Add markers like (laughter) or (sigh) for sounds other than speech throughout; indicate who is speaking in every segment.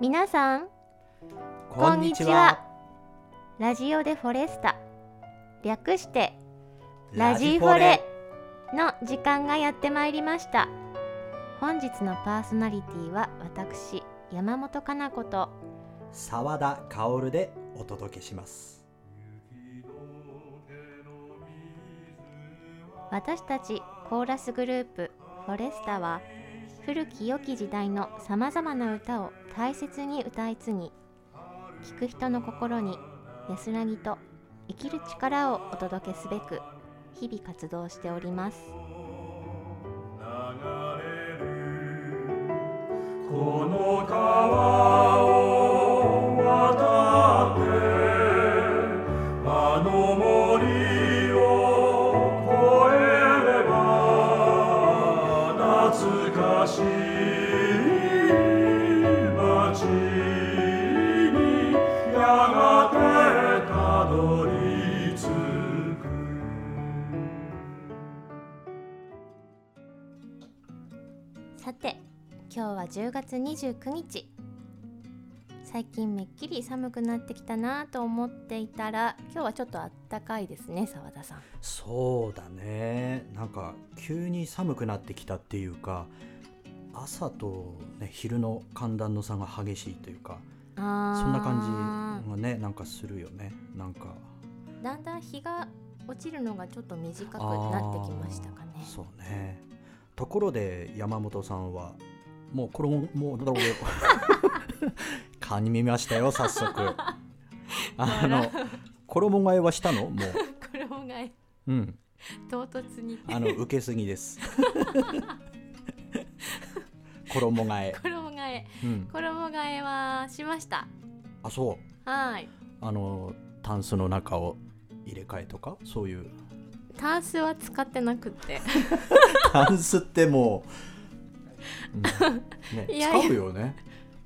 Speaker 1: 皆さんこんにちはラジオでフォレスタ略してラジフォレの時間がやってまいりました本日のパーソナリティは私山本かな子と
Speaker 2: 沢田薫でお届けします
Speaker 1: 私たちコーラスグループフォレスタは古き良き時代のさまざまな歌を大切に歌い継ぎ聴く人の心に安らぎと生きる力をお届けすべく日々活動しております
Speaker 3: この川を渡ってあの森を越えれば懐かしい街にやがてたどり着く
Speaker 1: さて今日は10月29日最近めっきり寒くなってきたなぁと思っていたら今日はちょっとあったかいですね澤田さん
Speaker 2: そうだねなんか急に寒くなってきたっていうか朝と、ね、昼の寒暖の差が激しいというか
Speaker 1: あ
Speaker 2: そんな感じがねなんかするよねなんか
Speaker 1: じだんだん日が落ちるのがちょっと短くなってきましたかね
Speaker 2: あーそうねところで山本さんはもうこれもも
Speaker 1: (laughs)
Speaker 2: うだろう (laughs) かにみましたよ早
Speaker 1: (laughs)
Speaker 2: 速あの衣替えはした
Speaker 1: (laughs)
Speaker 2: のも
Speaker 1: 衣替え
Speaker 2: ううん
Speaker 1: 唐突に
Speaker 2: あの受けす
Speaker 1: (laughs)
Speaker 2: ぎです。衣替え、
Speaker 1: 衣替え
Speaker 2: うん、
Speaker 1: 衣替えはしました
Speaker 2: あそう
Speaker 1: はい
Speaker 2: あのタンスの中を入れ替えとかそういう
Speaker 1: タンスは使ってなくって
Speaker 2: タンスってもう、うんね、
Speaker 1: (laughs) いやいや
Speaker 2: 使うよね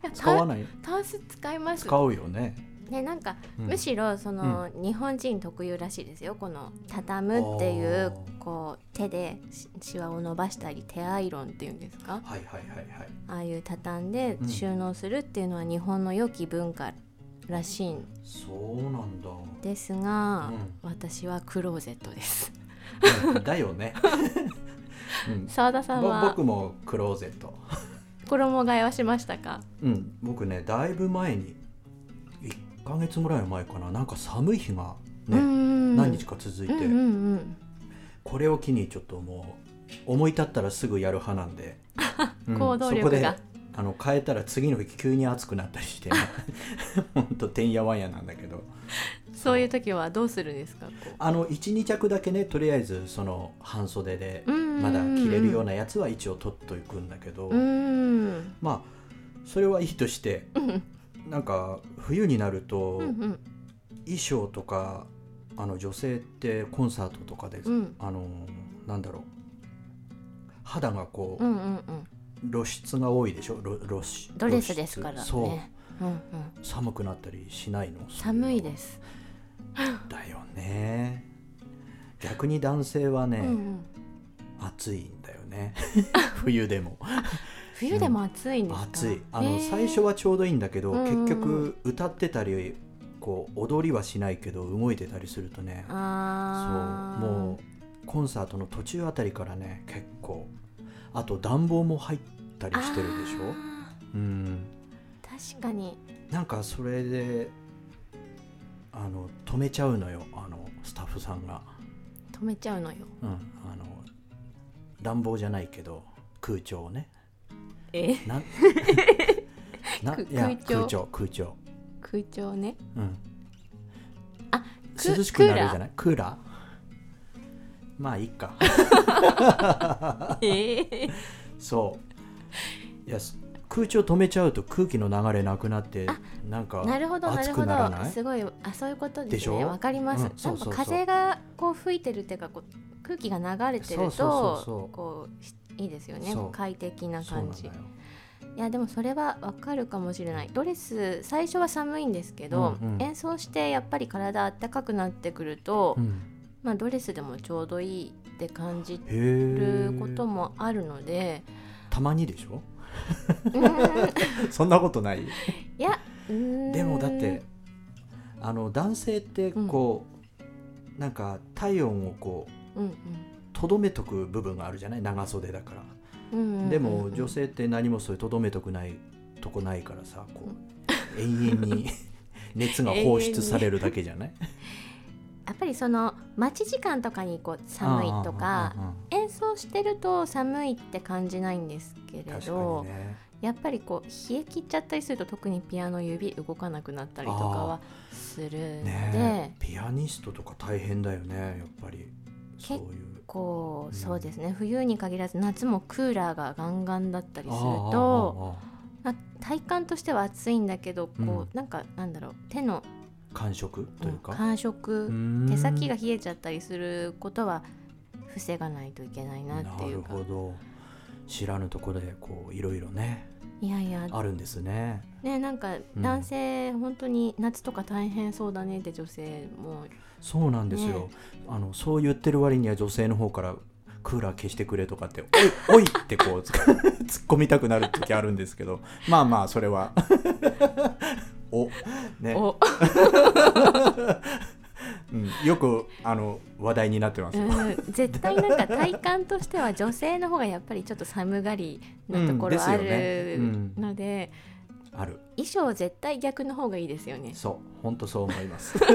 Speaker 1: いやタ
Speaker 2: 使わない
Speaker 1: タンス使います
Speaker 2: 使うよね、
Speaker 1: ねなんか、
Speaker 2: うん
Speaker 1: むしろその、日本人特有らしいですよこの畳むってい
Speaker 2: あ
Speaker 1: う
Speaker 2: ー
Speaker 1: こう手でしシワを伸ばしたり手アイロンっていうんですか
Speaker 2: はいはいはいはい
Speaker 1: ああいう畳んで
Speaker 2: うん
Speaker 1: 収納するっていうのは日本の良き文化らしいん
Speaker 2: そうなんだ、
Speaker 1: ですが、
Speaker 2: う
Speaker 1: 私はクローゼット
Speaker 2: (laughs)
Speaker 1: です
Speaker 2: ん、だ
Speaker 1: (laughs)
Speaker 2: よね、うん、
Speaker 1: 澤田さん
Speaker 2: ぼ
Speaker 1: は
Speaker 2: 僕もクローゼット
Speaker 1: 衣替えはしましたか
Speaker 2: うん、僕ねだいぶ前に1ヶ月ぐらい前かななんか寒い日がね、何
Speaker 1: 何
Speaker 2: 日か続い
Speaker 1: うん
Speaker 2: て、
Speaker 1: うんうん
Speaker 2: これを機にちょっともう思い立ったらすぐやる派な
Speaker 1: (laughs)
Speaker 2: んで、うん
Speaker 1: 行動力が
Speaker 2: そこであの変えたら次の日急に暑くなったりして (laughs) ねほんとてんやわんやなんだけど
Speaker 1: そういう時はどうするんですかこう
Speaker 2: あの12着だけねとりあえずその半袖で
Speaker 1: うんうんうん
Speaker 2: まだ着れるようなやつは一応取っといくんだけど、
Speaker 1: うーん
Speaker 2: まあそれはいいとして
Speaker 1: うんうん
Speaker 2: なんか冬になると、
Speaker 1: うん
Speaker 2: 衣装とかあの女性ってコンサートとかで、
Speaker 1: うん
Speaker 2: あのなんだろう肌がこう、
Speaker 1: うんうんうん
Speaker 2: 露出が多いでしょ露露出
Speaker 1: ドレスですから
Speaker 2: 露
Speaker 1: ね
Speaker 2: 出そ
Speaker 1: う
Speaker 2: う
Speaker 1: んうん、
Speaker 2: 寒くなったりしないの
Speaker 1: 寒いです、
Speaker 2: そういうのだよね逆に男性はね、
Speaker 1: うんうん、
Speaker 2: 暑いんだよ
Speaker 1: (laughs)
Speaker 2: ね冬でも
Speaker 1: 冬でも暑いんですか、
Speaker 2: 暑いあの
Speaker 1: へー
Speaker 2: 最初はちょうどいいんだけど、
Speaker 1: うんうんうん
Speaker 2: 結局歌ってたりこう踊りはしないけど動いてたりするとねそう
Speaker 1: あー
Speaker 2: もうコンサートの途中あたりからね結構あと暖房も入ったりしてるでしょ
Speaker 1: あ
Speaker 2: うん
Speaker 1: ー確かに
Speaker 2: なんかそれであの止めちゃうのよあのスタッフさんが、
Speaker 1: 止めちゃうのよ
Speaker 2: うん、あの暖房じゃないけど空調をね
Speaker 1: え (laughs)
Speaker 2: なん (laughs) な
Speaker 1: く
Speaker 2: いや
Speaker 1: 空
Speaker 2: 空
Speaker 1: 調
Speaker 2: 調空調
Speaker 1: 空調ね
Speaker 2: うん
Speaker 1: あく
Speaker 2: 涼しくなるじゃないクーラーまあいいか
Speaker 1: ええ
Speaker 2: そういやす空調止めちゃうと空気の流れなくなってなんか
Speaker 1: なるほどな
Speaker 2: 熱
Speaker 1: る
Speaker 2: く
Speaker 1: ほ
Speaker 2: なら
Speaker 1: ど
Speaker 2: ない
Speaker 1: すごいあそういうこと
Speaker 2: で
Speaker 1: で
Speaker 2: し
Speaker 1: すね
Speaker 2: ょ
Speaker 1: わかります、
Speaker 2: うんそうそうそう
Speaker 1: なんか風がこう吹いてるっていうかこう空気が流れてると
Speaker 2: そうそうそうそう
Speaker 1: こうしいいですよね
Speaker 2: そう
Speaker 1: 快適な
Speaker 2: そう
Speaker 1: 感
Speaker 2: なん
Speaker 1: じ
Speaker 2: だよ
Speaker 1: いやでもそれはわかるかもしれないドレス最初は寒いんですけど、
Speaker 2: うんうん
Speaker 1: 演奏してやっぱり体あったかくなってくると、
Speaker 2: うん
Speaker 1: まあ、ドレスでもちょうどいいって感じ
Speaker 2: へ
Speaker 1: ること
Speaker 2: え
Speaker 1: もあるので
Speaker 2: たまにでしょ
Speaker 1: うん
Speaker 2: そんなことない
Speaker 1: いやうーん
Speaker 2: でもだってあの男性ってこう、なんか体温をこう
Speaker 1: うん
Speaker 2: とどめとく部分があるじゃない長袖だから、
Speaker 1: うんうんうんうん
Speaker 2: でも女性って何もそういうとどめとくないとこないからさこう永遠に (laughs) 熱が放出されるだけじゃない
Speaker 1: やっぱりその待ち時間とかにこう (laughs) 寒いとか
Speaker 2: うんうんうん
Speaker 1: 演奏してると寒いって感じないんですけ
Speaker 2: うん
Speaker 1: れ
Speaker 2: 確かに
Speaker 1: ど、
Speaker 2: ね
Speaker 1: やっぱりこう冷え切っちゃったりすると特にピアノ指動かなくなったりとかはするんで、
Speaker 2: ねえピアニストとか大変だよねやっぱりそういう
Speaker 1: こ
Speaker 2: う
Speaker 1: う
Speaker 2: ん
Speaker 1: そうですね、冬に限らず夏もクーラーがガンガンだったりすると
Speaker 2: あああああ
Speaker 1: まあ体感としては暑いんだけどこう、
Speaker 2: うん
Speaker 1: なんかなんだろう手の
Speaker 2: あ感触というか、
Speaker 1: 感触、
Speaker 2: うん
Speaker 1: 手先が冷えちゃったりすることは防がないといけないなっていうか
Speaker 2: なるほど知らぬところでこういろいろね
Speaker 1: いやいや
Speaker 2: あるんですね
Speaker 1: ねなんか
Speaker 2: うん
Speaker 1: 男性、本当に夏とか大変そうだねって女性も
Speaker 2: そうなんですよ、
Speaker 1: ね
Speaker 2: あのそう言ってる割には女性の方からクーラー消してくれとかって「おいおい!」ってこうつ (laughs) 突っ込みたくなる時あるんですけどまあまあそ
Speaker 1: (laughs)
Speaker 2: れはおね、
Speaker 1: お
Speaker 2: うん、よくあの話題になってますよ、
Speaker 1: うん絶対なんか体感としては女性の方がやっぱりちょっと寒がりなとこ
Speaker 2: うんで
Speaker 1: ろ
Speaker 2: す
Speaker 1: あ
Speaker 2: よね
Speaker 1: る
Speaker 2: うん
Speaker 1: ので、
Speaker 2: ある
Speaker 1: 衣装絶対逆の方がいいですよね。
Speaker 2: そう本当そう思います
Speaker 1: (laughs)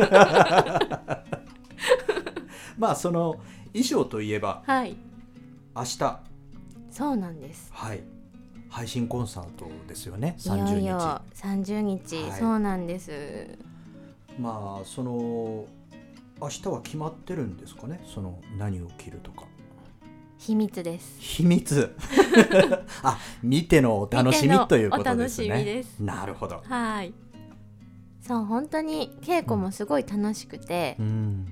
Speaker 2: まあその衣装といえば
Speaker 1: はい、
Speaker 2: 明日
Speaker 1: そうなんです。
Speaker 2: はい配信コンサートですよね
Speaker 1: いよ
Speaker 2: 30日
Speaker 1: いよ30日、
Speaker 2: はい
Speaker 1: そうなんです。
Speaker 2: まあその明日は決まってるんですかねその何を着るとか
Speaker 1: 秘密です。
Speaker 2: 秘
Speaker 1: (laughs)
Speaker 2: 密あ見てのお楽しみ
Speaker 1: 見ての
Speaker 2: ということですね
Speaker 1: お楽しみです
Speaker 2: なるほど
Speaker 1: はい。そう本当に稽古もすごい楽しくて
Speaker 2: う、ん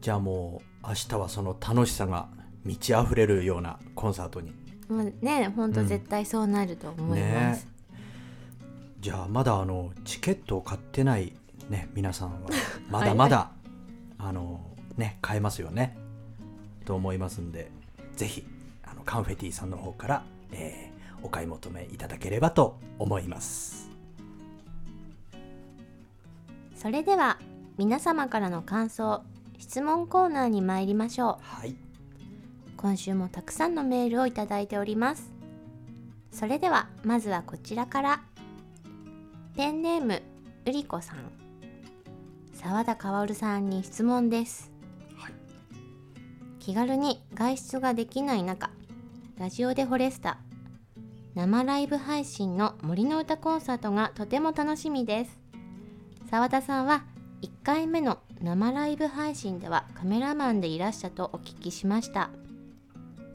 Speaker 2: じゃあもう明日はその楽しさが満ち溢れるようなコンサートに
Speaker 1: もうね本
Speaker 2: う
Speaker 1: 当
Speaker 2: ん
Speaker 1: 絶対そうなると思います。
Speaker 2: じゃあまだあのチケットを買ってないね皆さんはまだまだ、あのね買えますよねと思いますんでぜひあのカンフェティさんの方から、えーお買い求めいただければと思います
Speaker 1: それでは皆様からの感想質問コーナーに参りましょう
Speaker 2: はい
Speaker 1: 今週もたくさんのメールをいただいておりますそれではまずはこちらからペンネームうりこさん沢田薫さんに質問です、
Speaker 2: はい
Speaker 1: 気軽に外出ができない中ラジオでフォレスタ生ライブ配信の森の歌コンサートがとても楽しみです沢田さんは1回目の生ライブ配信ではカメラマンでいらっしゃとお聞きしました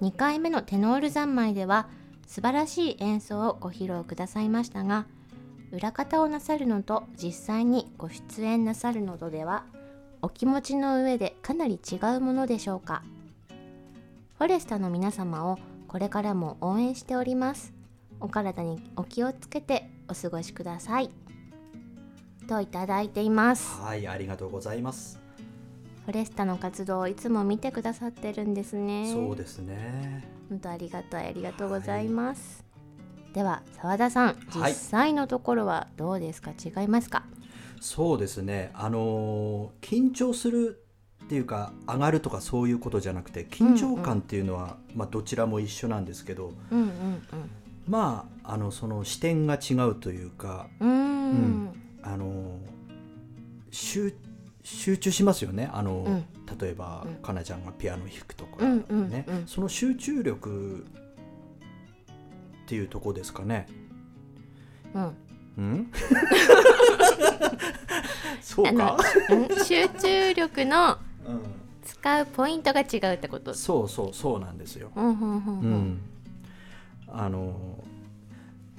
Speaker 1: 2回目のテノール三昧では素晴らしい演奏をご披露くださいましたが裏方をなさるのと実際にご出演なさるのとではお気持ちの上でかなり違うものでしょうかフォレスタの皆様をこれからも応援しておりますお体にお気をつけてお過ごしくださいといただいています
Speaker 2: はいありがとうございます、
Speaker 1: フォレスタの活動をいつも見てくださってるんですね
Speaker 2: そうですね
Speaker 1: 本当ありがたいありがとうございます、では澤田さん
Speaker 2: は
Speaker 1: 実
Speaker 2: い
Speaker 1: 際のところはどうですか、違いますか
Speaker 2: そうですねあのー緊張するっていうか上がるとかそういうことじゃなくて緊張感っていうのは、まあ、どちらも一緒なんですけど、
Speaker 1: うんうん
Speaker 2: まああのその視点が違うというか
Speaker 1: うんうーん
Speaker 2: あの集集中しますよねあの、
Speaker 1: うん
Speaker 2: 例えば、
Speaker 1: うん
Speaker 2: かなちゃんがピアノ弾くとか、
Speaker 1: うんうんうん
Speaker 2: ねその集中力っていうとこですかね。
Speaker 1: うん
Speaker 2: うん
Speaker 1: (laughs)
Speaker 2: そう
Speaker 1: あ
Speaker 2: か、
Speaker 1: のうん集中力の
Speaker 2: うん、
Speaker 1: 使うポイントが違うってこと
Speaker 2: そうそうそうなんですよ。
Speaker 1: うんうんうん
Speaker 2: う
Speaker 1: うん
Speaker 2: ん、あの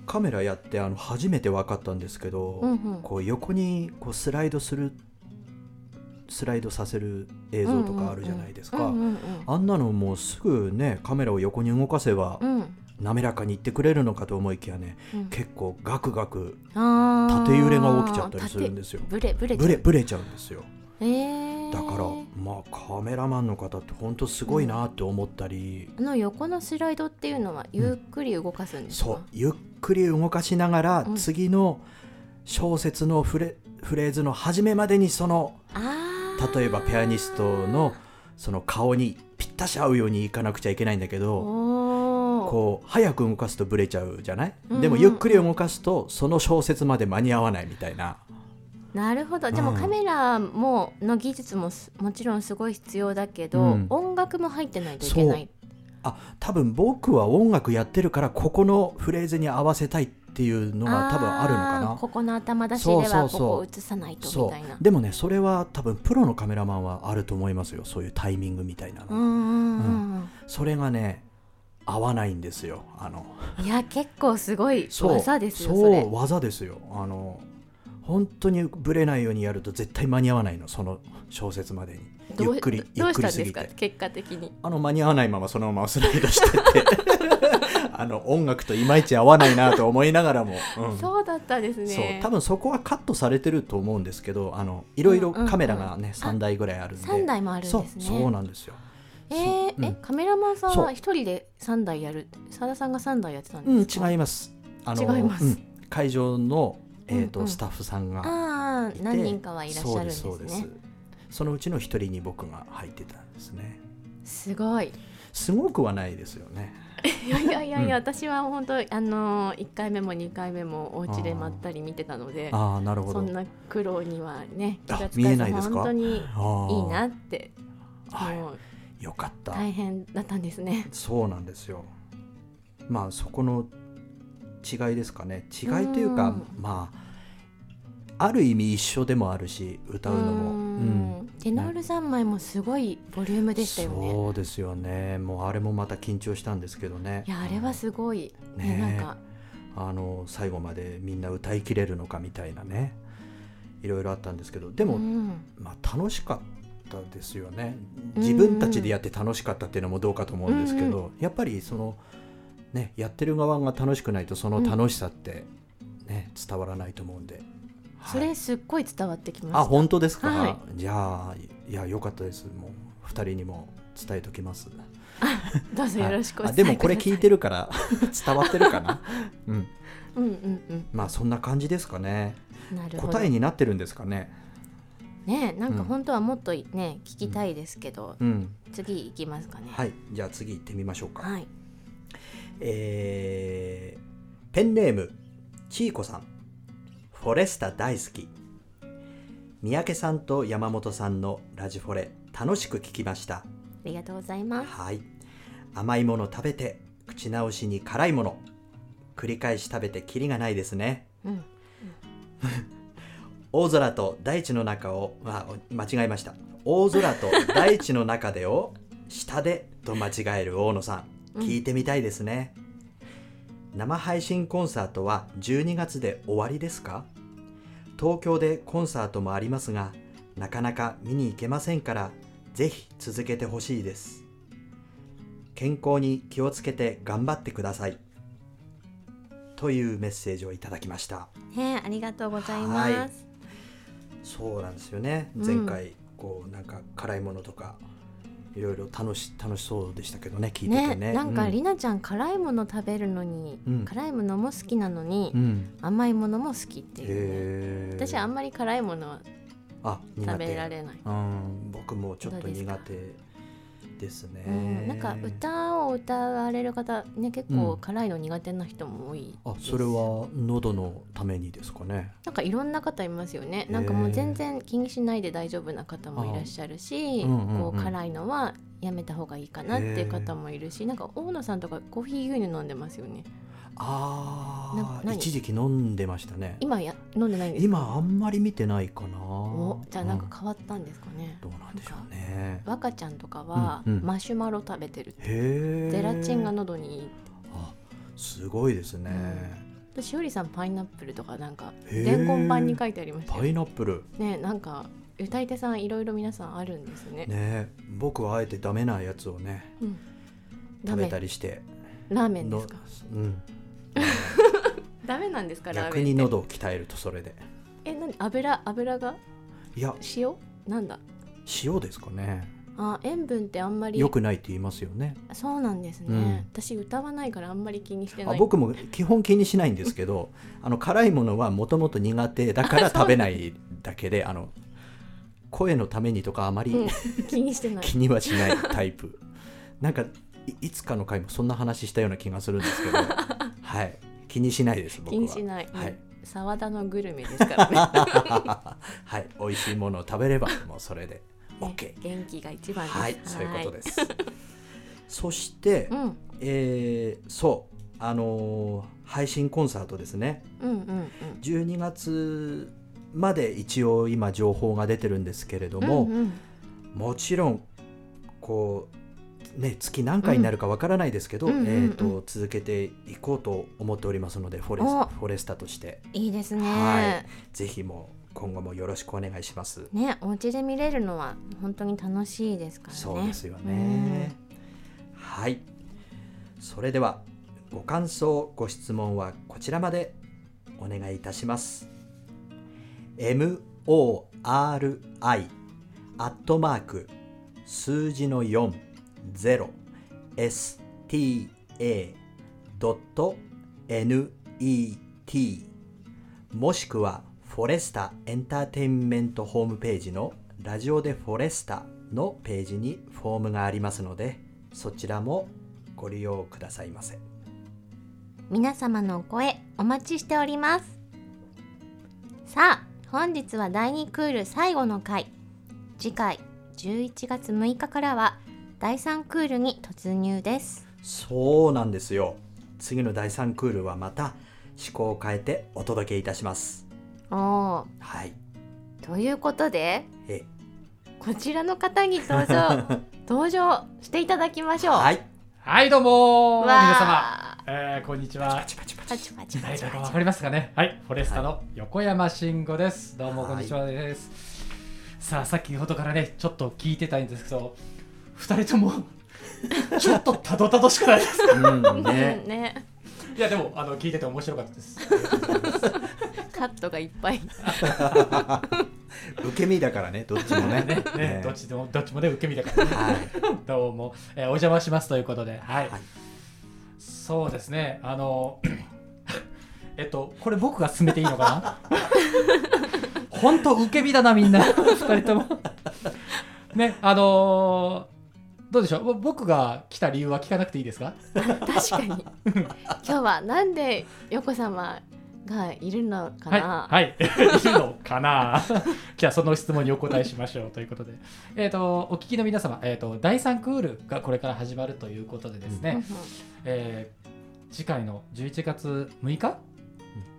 Speaker 2: カメラやってあの初めて分かったんですけど、
Speaker 1: うんうん
Speaker 2: こう横にこうスライドするスライドさせる映像とかあるじゃないですか、
Speaker 1: うんうん
Speaker 2: あんなのもうすぐねカメラを横に動かせば
Speaker 1: うん
Speaker 2: 滑らかにいってくれるのかと思いきやね
Speaker 1: うん
Speaker 2: 結構ガクガク
Speaker 1: あー
Speaker 2: 縦揺れが起きちゃったりするんですよ
Speaker 1: 縦ブレブレ
Speaker 2: ブレブレちゃうんですよ
Speaker 1: ええー
Speaker 2: だからまあカメラマンの方って本当すごいなって思ったり、
Speaker 1: あの横のスライドっていうのはゆっくり動かすんですか、
Speaker 2: そうゆっくり動かしながら
Speaker 1: うん
Speaker 2: 次の小説のフレフレーズの始めまでにその
Speaker 1: あー
Speaker 2: 例えばピアニストのその顔にぴったし合うようにいかなくちゃいけないんだけど
Speaker 1: おー
Speaker 2: こう早く動かすとブレちゃうじゃない、
Speaker 1: うんうん
Speaker 2: でもゆっくり動かすとその小説まで間に合わないみたいな
Speaker 1: なるほどでも
Speaker 2: うん
Speaker 1: カメラもの技術もすもちろんすごい必要だけど、
Speaker 2: うん
Speaker 1: 音楽も入ってないといけない
Speaker 2: あ多分僕は音楽やってるからここのフレーズに合わせたいっていうのが多分あるのか
Speaker 1: あー
Speaker 2: な
Speaker 1: ここの頭出しで
Speaker 2: そうそ
Speaker 1: はこ
Speaker 2: うそう
Speaker 1: こを映さないとみ
Speaker 2: そ
Speaker 1: たいな
Speaker 2: うでもねそれは多分プロのカメラマンはあると思いますよそういうタイミングみたいな
Speaker 1: う
Speaker 2: の、
Speaker 1: んうん
Speaker 2: それがね合わないんですよあの
Speaker 1: うんいや結構すごい
Speaker 2: そう
Speaker 1: 技ですよ
Speaker 2: そ
Speaker 1: それ
Speaker 2: う技ですよあの本当にブレないようにやると絶対間に合わないのその小説までに
Speaker 1: どう
Speaker 2: ゆっくりゆ
Speaker 1: ど
Speaker 2: っ
Speaker 1: うし
Speaker 2: く
Speaker 1: た
Speaker 2: り
Speaker 1: ん
Speaker 2: す
Speaker 1: で
Speaker 2: ぎ
Speaker 1: すか
Speaker 2: て
Speaker 1: 結果的に
Speaker 2: あの間に合わないままそのままスライドし
Speaker 1: (laughs)
Speaker 2: ててあの音楽といまいち合わないなと思いながらも、うん
Speaker 1: そうだったです
Speaker 2: そう
Speaker 1: ね
Speaker 2: 多分そこはカットされてると思うんですけどあのいろいろ
Speaker 1: うんうんうん
Speaker 2: カメラがね、3台ぐらいあるんで
Speaker 1: 3台もあるんですね
Speaker 2: そうそうなんですよ
Speaker 1: え
Speaker 2: そう
Speaker 1: ー
Speaker 2: うん
Speaker 1: えカメラマンさん
Speaker 2: そ
Speaker 1: は
Speaker 2: う
Speaker 1: 一人で3台やる澤田さんが3台やってたん
Speaker 2: うん
Speaker 1: ですか、
Speaker 2: 違いますあ
Speaker 1: 違います
Speaker 2: ん会場の、えーと
Speaker 1: うんうん
Speaker 2: スタッフさんが
Speaker 1: あ
Speaker 2: い
Speaker 1: あ
Speaker 2: て
Speaker 1: 何人かはいらっしゃるんです
Speaker 2: そうです
Speaker 1: ね
Speaker 2: そうですそのうちの一人に僕が入ってたんですね
Speaker 1: すごい
Speaker 2: すごくはないですよね
Speaker 1: いやいやいやいや、
Speaker 2: うん
Speaker 1: 私は本当あの1回目も2回目もお家でまったり見てたので
Speaker 2: ああなるほ
Speaker 1: そ
Speaker 2: ど
Speaker 1: んな苦労にはね気
Speaker 2: あ
Speaker 1: がつ
Speaker 2: 見
Speaker 1: か
Speaker 2: え
Speaker 1: ず
Speaker 2: ないですか
Speaker 1: 本当に
Speaker 2: ああ
Speaker 1: いいなっても
Speaker 2: は
Speaker 1: う
Speaker 2: い、よかった、
Speaker 1: 大変だったんですね。
Speaker 2: そうなんですよまあそこの違いですかね違いという
Speaker 1: う
Speaker 2: か
Speaker 1: ん
Speaker 2: まあある意味一緒でもあるし歌うのも
Speaker 1: う
Speaker 2: うん
Speaker 1: んテノール三枚もすごいボリュームでしたよね。
Speaker 2: そうですよねもうあれもまた緊張したんですけどね
Speaker 1: いやあれはすごい、ね、
Speaker 2: ねえ
Speaker 1: なんか
Speaker 2: あの最後までみんな歌いきれるのかみたいなねいろいろあったんですけどでも、
Speaker 1: うん
Speaker 2: まあ、楽しかったですよね
Speaker 1: うん
Speaker 2: 自分たちでやって楽しかったっていうのもどうかと思うんですけど、やっぱりその、ね、やってる側が楽しくないとその楽しさって、ね伝わらないと思うんで、はい
Speaker 1: それすっごい伝わってきま
Speaker 2: あ
Speaker 1: した。
Speaker 2: 本当ですか、
Speaker 1: はい
Speaker 2: じゃあいや良かったですもう2人にも伝えときます
Speaker 1: どうぞよろしくお
Speaker 2: はい
Speaker 1: 伝
Speaker 2: あ
Speaker 1: えください。
Speaker 2: でもこれ聞いてるから (laughs) 伝わってるかな、うん、
Speaker 1: うんうん
Speaker 2: まあそんな感じですかね
Speaker 1: うん。なるほど。
Speaker 2: 答えになってるんですかね
Speaker 1: ねなんか
Speaker 2: うん
Speaker 1: 本当はもっとね聞きたいですけど、
Speaker 2: うん
Speaker 1: 次行きますかね。
Speaker 2: はいじゃあ次行ってみましょうか、
Speaker 1: はい。
Speaker 2: えーペンネームちいこさんフォレスタ大好き三宅さんと山本さんのラジフォレ楽しく聞きました
Speaker 1: ありがとうございます。
Speaker 2: はい甘いもの食べて口直しに辛いもの繰り返し食べてキリがないですね
Speaker 1: うん。
Speaker 2: 大空と大地の中をあ間違えました大空と大地の中でを下でと間違える大野さん
Speaker 1: うん
Speaker 2: 聞いてみたいですね、生配信コンサートは12月で終わりですか東京でコンサートもありますがなかなか見に行けませんからぜひ続けてほしいです健康に気をつけて頑張ってくださいというメッセージをいただきました
Speaker 1: ねありがとうございます。
Speaker 2: そうなんですよね
Speaker 1: うん
Speaker 2: 前回こうなんか辛いものとかいろいろ楽し楽しそうでしたけどね聞いてて
Speaker 1: ね
Speaker 2: ね
Speaker 1: なんか
Speaker 2: う
Speaker 1: りなちゃん辛いもの食べるのに、
Speaker 2: うん
Speaker 1: 辛いものも好きなのに、
Speaker 2: うん
Speaker 1: 甘いものも好きっていうね、
Speaker 2: へー
Speaker 1: 私あんまり辛いものは
Speaker 2: あ苦
Speaker 1: 食
Speaker 2: 手
Speaker 1: べられない。
Speaker 2: うん僕もちょっと
Speaker 1: どうですか
Speaker 2: 苦手ですね
Speaker 1: うん、なんか歌を歌われる方ね結
Speaker 2: う
Speaker 1: 構
Speaker 2: ん
Speaker 1: 辛いの苦手な人も多い、
Speaker 2: あそれは喉のためにですかね
Speaker 1: なんかいろんな方いますよね
Speaker 2: へー
Speaker 1: なんかもう全然気にしないで大丈夫な方もいらっしゃるし、
Speaker 2: あうんうんうん
Speaker 1: こう辛いのはやめた方がいいかなっていう方もいるしなんか大野さんとかコーヒー牛乳飲んでますよねなん
Speaker 2: あ
Speaker 1: か
Speaker 2: あ
Speaker 1: 何
Speaker 2: 一時期飲んでましたね
Speaker 1: 今や飲んでないんですか
Speaker 2: 今あんまり見てないかな
Speaker 1: おじゃあなん
Speaker 2: う
Speaker 1: か変わったんですかね、
Speaker 2: どうなんでしょうね
Speaker 1: 若ちゃんとかは
Speaker 2: うんうん
Speaker 1: マシュマロ食べてる、
Speaker 2: へえ
Speaker 1: ゼラチンが喉にいい
Speaker 2: あすごいですね、
Speaker 1: ってしおりさんパイナップルとかなんか
Speaker 2: へー
Speaker 1: レンコンパンに書いてありましたよ
Speaker 2: パイナップル
Speaker 1: ねなんか歌い手さんいろいろ皆さんあるんですね
Speaker 2: ね僕はあえてダメなやつをね
Speaker 1: うん、ダ
Speaker 2: 食べ
Speaker 1: メ
Speaker 2: たりして
Speaker 1: ラーメンですか
Speaker 2: のうん、
Speaker 1: ダメなんですかラーメンっ
Speaker 2: 逆
Speaker 1: て
Speaker 2: に喉を鍛えるとそれで
Speaker 1: え何油油が
Speaker 2: いや
Speaker 1: 塩なんだ
Speaker 2: 塩ですかね
Speaker 4: あ塩分ってあんまり
Speaker 2: 良くないって言いますよね
Speaker 4: そうなんですね、
Speaker 2: うん
Speaker 4: 私歌わないからあんまり気にしてな
Speaker 2: あ
Speaker 4: い
Speaker 2: 僕も基本気にしないんですけどあの辛いものはもともと苦手だから食べないだけであの声のためにとかあま
Speaker 4: うん
Speaker 2: り
Speaker 4: 気にしてない
Speaker 2: 気にはしないタイプ (laughs) なんかいいつかの回もそんな話したような気がするんですけどはい気にしないです僕は
Speaker 4: 気にしない
Speaker 2: はい
Speaker 4: 沢田のグルメですから
Speaker 2: (laughs)
Speaker 4: ね
Speaker 2: はい美味しいものを食べればもうそれで
Speaker 4: ね
Speaker 2: OK
Speaker 4: 元気が一番です
Speaker 2: はいそういうことですそして、
Speaker 4: はいうん
Speaker 2: えーそうあのー配信コンサートですね
Speaker 4: うんうん
Speaker 2: 12月まで一応今情報が出てるんですけれど
Speaker 4: うん
Speaker 2: も、
Speaker 4: うんうん
Speaker 2: もちろんこうね月何回になるかわからないですけど、
Speaker 4: うんうんうんうん
Speaker 2: えー、と続けていこうと思っておりますのでフォレ
Speaker 4: お
Speaker 2: スフォレスタとして
Speaker 4: いいですね、
Speaker 2: はぜひもう今後もよろしくお願いします。
Speaker 4: ねお家で見れるのは本当に楽しいですからね
Speaker 2: そうですよね、はいそれではご感想ご質問はこちらまでお願いいたします mori アットマーク数字の4 0 sta.net もしくはフォレスタエンターテインメントホームページのラジオでフォレスタのページにフォームがありますのでそちらもご利用くださいませ
Speaker 1: 皆様のお声お待ちしておりますさあ本日は第2クール最後の回次回11月6日からは第3クールに突入です
Speaker 2: そうなんですよ次の第3クールはまた思考を変えてお届けいたします
Speaker 4: おお
Speaker 2: はい
Speaker 4: ということで
Speaker 2: え
Speaker 4: こちらの方に登場
Speaker 1: (laughs)
Speaker 4: 登場していただきましょう
Speaker 2: はいい
Speaker 5: はい、どうもー皆様、
Speaker 4: わ
Speaker 5: えー、こんにち
Speaker 2: パ
Speaker 5: は。
Speaker 2: チパチパ
Speaker 4: ー
Speaker 2: チ
Speaker 4: パチパチパ
Speaker 5: 誰
Speaker 4: チ
Speaker 5: だか
Speaker 4: パ
Speaker 5: わ
Speaker 4: チ
Speaker 5: かりますかねはい、フォレスタの横山慎吾です。どうも、こんにちはです。さあ、先ほどからね、ちょっと聞いてたいんですけど、二人と (laughs) も、ちょっとたどたどしくないですか
Speaker 2: うん
Speaker 4: ね
Speaker 2: ね
Speaker 4: ね
Speaker 5: いや、でも、あの、聞いてて面白かったです。ありがとうございます
Speaker 4: カットがいっぱい
Speaker 2: 受け身だからねどっちもね
Speaker 5: (laughs) ねね
Speaker 2: ね
Speaker 5: どっちでも、どっちもね、受け身だからね。
Speaker 2: はい
Speaker 5: どうも、えーお邪魔しますということで、はい。
Speaker 2: はい
Speaker 5: そうですね、あの、 (coughs) えっと、これ僕が進めていいのかな (laughs) 本当受け身だな、みんな、二人とも。ね、あのーどうでしょうぼ僕が来た理由は聞かなくていいですか
Speaker 4: 確
Speaker 5: (laughs)
Speaker 4: かに今日はなんで横様がいるのかな、
Speaker 5: はい、 (laughs) はい、いるのかな (laughs) じゃあその質問にお答えしましょうということで、えっとお聞きの皆様、えっと第3クールがこれから始まるということでです
Speaker 4: う
Speaker 5: ね、
Speaker 4: ん
Speaker 5: えー次回の11月6日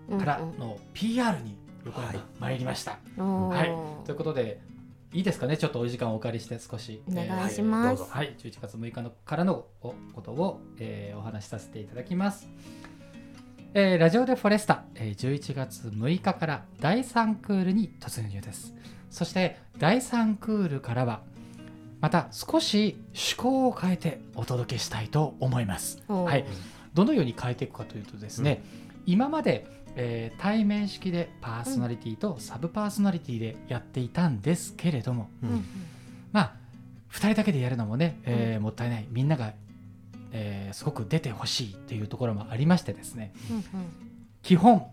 Speaker 4: うん
Speaker 5: からの PR に横山が参りました。
Speaker 4: うん
Speaker 5: はい
Speaker 4: おー
Speaker 5: ということでいいですかねちょっとお時間をお借りして少し
Speaker 4: お
Speaker 5: えー
Speaker 4: 願いします、
Speaker 2: どうぞ
Speaker 5: はい、11月6日のからのおことを、えーお話しさせていただきます。えーラジオでフォレスタ、えー11月6日から第3クールに突入です。そして第3クールからは、また少し趣向を変えてお届けしたいと思います。
Speaker 4: おー
Speaker 5: はい、どのように変えていくかというとですね、今まで、えー対面式でパーソナリティとサブパーソナリティでやっていたんですけれども、
Speaker 2: うん
Speaker 4: うん
Speaker 5: まあ2人だけでやるのもね、えーもったいないみんなが、えーすごく出てほしいっていうところもありましてですね
Speaker 4: うん
Speaker 5: 基本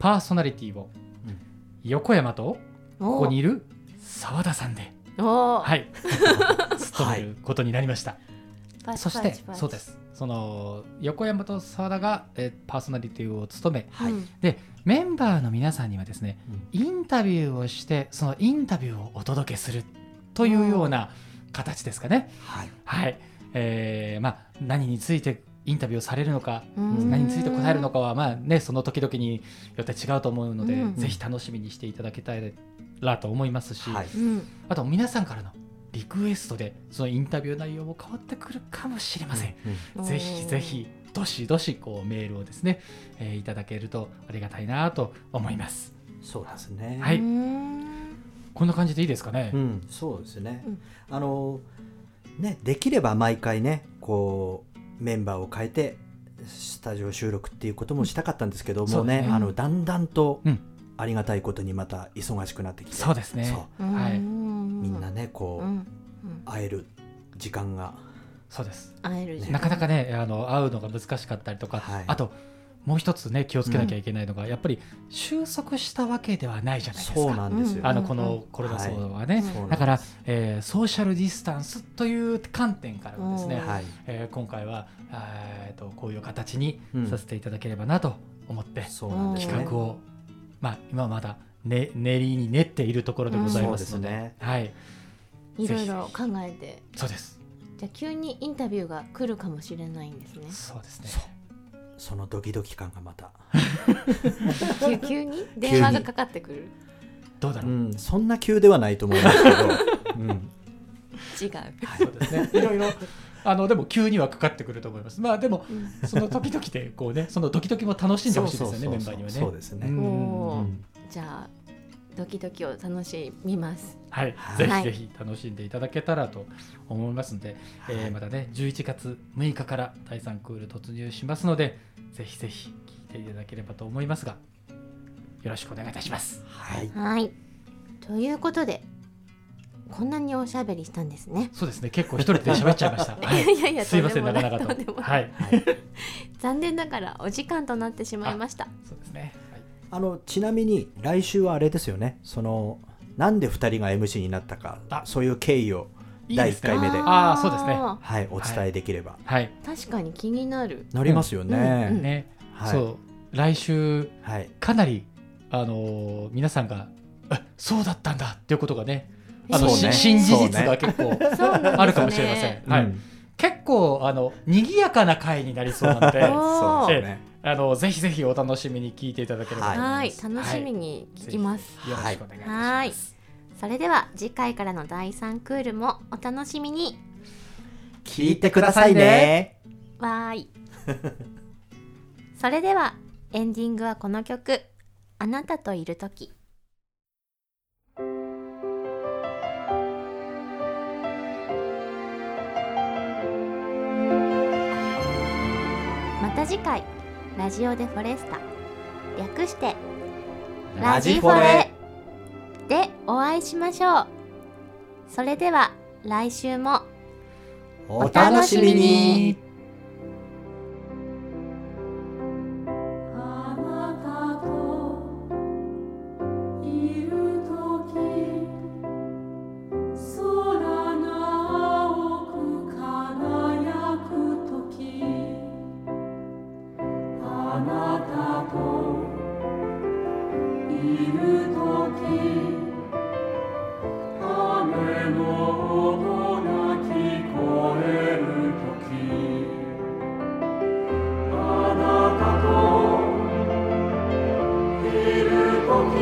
Speaker 5: パーソナリティを
Speaker 2: うん
Speaker 5: 横山と
Speaker 4: うん
Speaker 5: ここにいる澤田さんで、
Speaker 4: おー
Speaker 5: はい
Speaker 2: (laughs)
Speaker 5: 務めることになりました。
Speaker 4: パチ
Speaker 5: そし
Speaker 4: パ
Speaker 5: て
Speaker 4: チパチ
Speaker 5: そうですその横山と澤田が、えーパーソナリティを務め
Speaker 2: はい
Speaker 4: うん
Speaker 5: メンバーの皆さんにはですね
Speaker 2: うん
Speaker 5: インタビューをしてそのインタビューをお届けするというような形ですかね、
Speaker 2: はい
Speaker 5: はい、えーまあ、何についてインタビューをされるのか
Speaker 4: うん
Speaker 5: 何について答えるのかはまあねその時々によって違うと思うので、
Speaker 4: うん
Speaker 5: ぜひ楽しみにしていただけたらと思いますし、
Speaker 2: はい
Speaker 4: うん
Speaker 5: あと皆さんからのリクエストでそのインタビュー内容も変わってくるかもしれません、
Speaker 2: うん
Speaker 5: ぜひぜひどしどしこうメールをですね、えーいただけるとありがたいなと思います。
Speaker 2: そうですね
Speaker 5: は
Speaker 4: う
Speaker 5: い
Speaker 4: ん
Speaker 5: こんな感じでいいですかね。
Speaker 2: うん、そうですね、
Speaker 4: うん
Speaker 2: あのねできれば毎回ねこうメンバーを変えてスタジオ収録っていうこともしたかったんですけど、
Speaker 5: うん
Speaker 2: もうね
Speaker 5: そうですね
Speaker 2: あのだんだんと
Speaker 5: うん
Speaker 2: ありがたいことにまた忙しくなってきて、
Speaker 5: そうですね。
Speaker 2: そう
Speaker 4: うん
Speaker 5: はい
Speaker 4: うん
Speaker 2: みんなねこ
Speaker 4: うん
Speaker 2: う、
Speaker 4: うん
Speaker 2: 会える時間が
Speaker 5: そうです
Speaker 4: 会えるじゃん
Speaker 5: なかなかねあの会うのが難しかったりとか、
Speaker 2: はい
Speaker 5: あともう一つね気をつけなきゃいけないのが、やっぱり収束したわけではないじゃないですか
Speaker 2: そうなんですよ、
Speaker 5: あの
Speaker 4: うん
Speaker 5: このコロナ騒動はね、
Speaker 4: い
Speaker 2: そうなんです
Speaker 5: だから、えーソーシャルディスタンスという観点からもですね、
Speaker 4: うん
Speaker 2: はい
Speaker 5: えー今回はあーえーとこういう形に
Speaker 2: うん
Speaker 5: させていただければなと思って、
Speaker 2: そうなんですね
Speaker 5: 企画を、まあ、今はまだ、ね、練りに練っているところでございますので,、
Speaker 2: うんそうですね
Speaker 5: はい、
Speaker 4: いろいろ考えて
Speaker 5: そうです
Speaker 4: じゃあ急にインタビューが来るかもしれないんです
Speaker 5: (laughs)
Speaker 4: ね
Speaker 5: そうですね
Speaker 2: そのドキドキ感がまた、
Speaker 4: 急急に電話がかかってくる
Speaker 5: どうだ
Speaker 2: う
Speaker 5: ろう、
Speaker 2: ん、そんな急ではないと思います
Speaker 5: (laughs)
Speaker 2: けど、うん、
Speaker 4: 違う
Speaker 5: そうです (laughs) ねいろいろあのでも急にはかかってくると思いますまあでも
Speaker 4: うん
Speaker 5: その時々でこ
Speaker 2: (laughs)
Speaker 5: うねその時々も楽しんでほしいです
Speaker 2: そ
Speaker 5: よね
Speaker 2: うそうそうそう
Speaker 5: メンバーにはね
Speaker 2: そうですね
Speaker 5: ん
Speaker 4: おー
Speaker 2: うん
Speaker 4: じゃあドキドキを楽しみます
Speaker 5: はい、
Speaker 2: はい
Speaker 5: ぜひぜひ楽しんでいただけたらと思いますので、えーまたね11月6日から第3クール突入しますのでぜひぜひ聞いていただければと思いますがよろしくお願いいたします
Speaker 2: はい
Speaker 4: はいということでこんなにおしゃべりしたんですね
Speaker 5: そうですね結構一人で喋っちゃいました、
Speaker 4: (laughs)
Speaker 5: はい
Speaker 4: いやいや
Speaker 5: すいません
Speaker 4: と
Speaker 5: なん
Speaker 4: でも
Speaker 5: かないかと
Speaker 4: とんでもない
Speaker 5: はい
Speaker 4: 残念ながらお時間となってしまいました
Speaker 5: そうですね、はい
Speaker 2: あのちなみに来週はあれですよねそのなんで2人が MC になったか
Speaker 5: あ
Speaker 2: そういう経緯を
Speaker 5: いい
Speaker 2: 第
Speaker 5: です
Speaker 2: 1
Speaker 5: ね
Speaker 2: 回目で
Speaker 5: あーそうですね
Speaker 4: あ
Speaker 2: はい、お伝えできれば、
Speaker 5: あはい
Speaker 4: ー確かに気になる
Speaker 2: なりますよね、
Speaker 4: うんうん
Speaker 5: ね、
Speaker 2: はい
Speaker 5: そう来週
Speaker 2: はい
Speaker 5: かなりあのー皆さんがあそうだったんだっていうことがねあの、
Speaker 2: そう
Speaker 5: し
Speaker 2: ね
Speaker 5: 新事実
Speaker 2: そう
Speaker 5: が
Speaker 2: ね
Speaker 5: 結構
Speaker 4: そうなんですね
Speaker 5: あるかもしれません、はい、
Speaker 2: うん
Speaker 5: 結構あの賑やかな回になりそうなので
Speaker 4: お
Speaker 2: そう
Speaker 5: え
Speaker 2: で
Speaker 5: え
Speaker 2: すね
Speaker 5: あのぜひぜひお楽しみに聞いていただければと思い
Speaker 4: は
Speaker 5: ま
Speaker 4: い
Speaker 5: す。
Speaker 4: 楽しみ
Speaker 5: に
Speaker 4: に聞きます、
Speaker 5: よろしくお願いいたします。
Speaker 1: それでは次回からの第3クールもお楽しみに
Speaker 2: 聞いてくださいね
Speaker 1: わーいそれではエンディングはこの曲「あなたといる時」また次回「ラジオ・デ・フォレスタ」略して「
Speaker 2: ラジフォレ」
Speaker 1: でお会いしましょうそれでは来週も「
Speaker 2: お楽しみに
Speaker 6: 「あなたといるとき」「空が青く輝くとき」「あなたといるとき」「雨の音が聞こえるとき」「あなたといるとき」